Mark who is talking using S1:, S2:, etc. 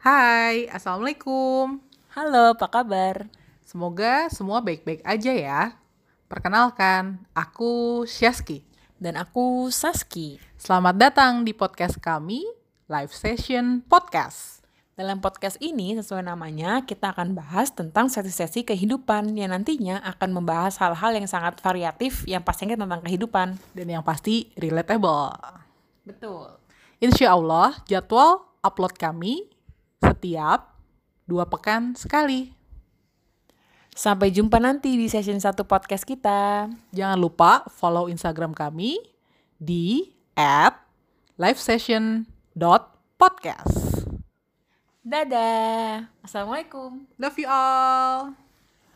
S1: Hai, Assalamualaikum.
S2: Halo, apa kabar?
S1: Semoga semua baik-baik aja ya. Perkenalkan, aku Syaski.
S2: Dan aku Saski.
S1: Selamat datang di podcast kami, Live Session Podcast.
S2: Dalam podcast ini, sesuai namanya, kita akan bahas tentang sesi-sesi kehidupan yang nantinya akan membahas hal-hal yang sangat variatif yang pastinya tentang kehidupan.
S1: Dan yang pasti, relatable.
S2: Betul.
S1: Insya Allah, jadwal upload kami setiap dua pekan sekali.
S2: Sampai jumpa nanti di session satu podcast kita.
S1: Jangan lupa follow Instagram kami di at livesession.podcast.
S2: Dadah. Assalamualaikum.
S1: Love you all.